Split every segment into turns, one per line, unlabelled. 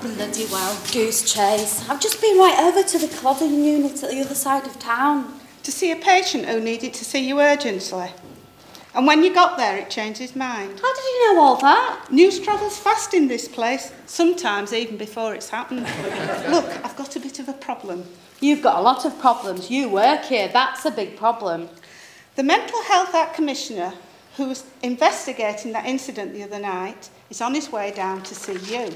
Bloody wild goose chase. I've just been right over to the clothing unit at the other side of town.
To see a patient who needed to see you urgently. And when you got there, it changed his mind.
How did you know all that?
News travels fast in this place, sometimes even before it's happened. Look, I've got a bit of a problem.
You've got a lot of problems. You work here. That's a big problem.
The Mental Health Act Commissioner, who was investigating that incident the other night, is on his way down to see you.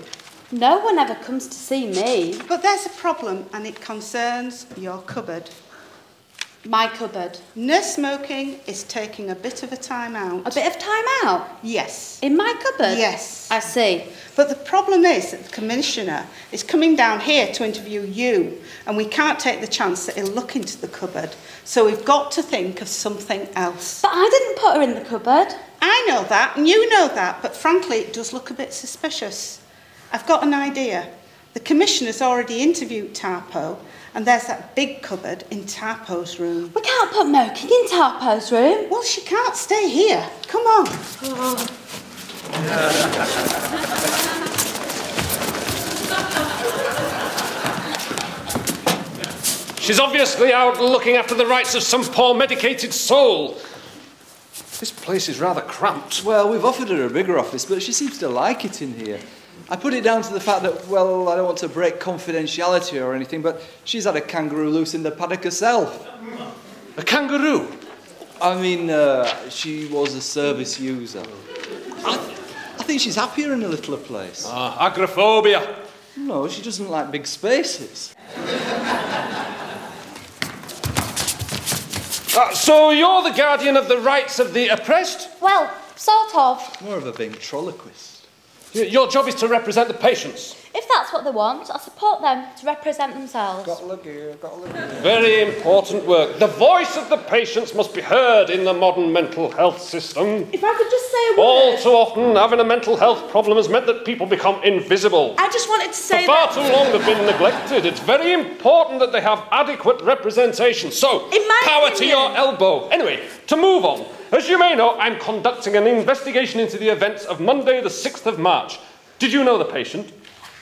No one ever comes to see me.
But there's a problem, and it concerns your cupboard.
My cupboard.
Nurse smoking is taking a bit of a time out.
A bit of time out.
Yes.
In my cupboard?
Yes.
I see.
But the problem is that the commissioner is coming down here to interview you, and we can't take the chance that he'll look into the cupboard. So we've got to think of something else.
But I didn't put her in the cupboard.
I know that, and you know that, but frankly, it does look a bit suspicious. I've got an idea. The commissioner's already interviewed Tarpo, and there's that big cupboard in Tarpo's room.
We can't put Moking in Tarpo's room.
Well, she can't stay here. Come on.
She's obviously out looking after the rights of some poor medicated soul. This place is rather cramped.
Well, we've offered her a bigger office, but she seems to like it in here. I put it down to the fact that, well, I don't want to break confidentiality or anything, but she's had a kangaroo loose in the paddock herself.
A kangaroo?
I mean, uh, she was a service user. I, I think she's happier in a littler place.
Ah, agoraphobia.
No, she doesn't like big spaces.
Ah, so you're the guardian of the rights of the oppressed?
Well, sort of.
More of a ventriloquist.
Y- Your job is to represent the patients.
If that's what they want, I support them to represent themselves.
Very important work. The voice of the patients must be heard in the modern mental health system.
If I could just say a
All too often, having a mental health problem has meant that people become invisible.
I just wanted to
For
say
far too long, they've been neglected. It's very important that they have adequate representation. So,
In my
power to
opinion-
your elbow. Anyway, to move on. As you may know, I'm conducting an investigation into the events of Monday, the 6th of March. Did you know the patient?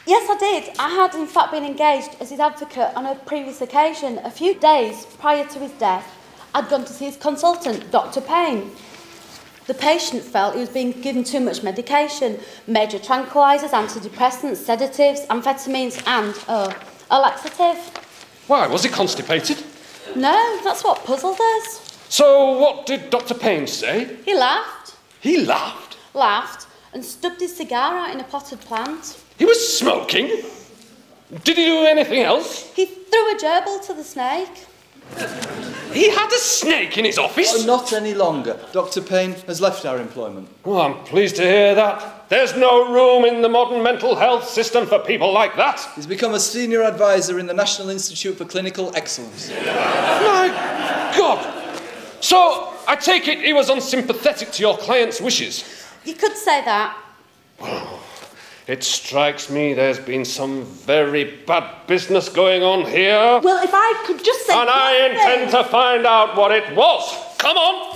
Yes, I did. I had, in fact, been engaged as his advocate on a previous occasion. A few days prior to his death, I'd gone to see his consultant, Dr. Payne. The patient felt he was being given too much medication major tranquilizers, antidepressants, sedatives, amphetamines, and uh, a laxative.
Why, was he constipated?
No, that's what puzzled us.
So, what did Dr. Payne say?
He laughed,
He laughed.
laughed, and stubbed his cigar out in a potted plant.
He was smoking. Did he do anything else?
He threw a gerbil to the snake.
He had a snake in his
Oh,
office.
not any longer. Dr. Payne has left our employment.
Oh, I'm pleased to hear that. There's no room in the modern mental health system for people like that.
He's become a senior advisor in the National Institute for Clinical Excellence.
My God! So, I take it he was unsympathetic to your client's wishes.
You could say that.
It strikes me there's been some very bad business going on here,
Well, if I could just say.
and I
one thing-
intend to find out what it was. Come on!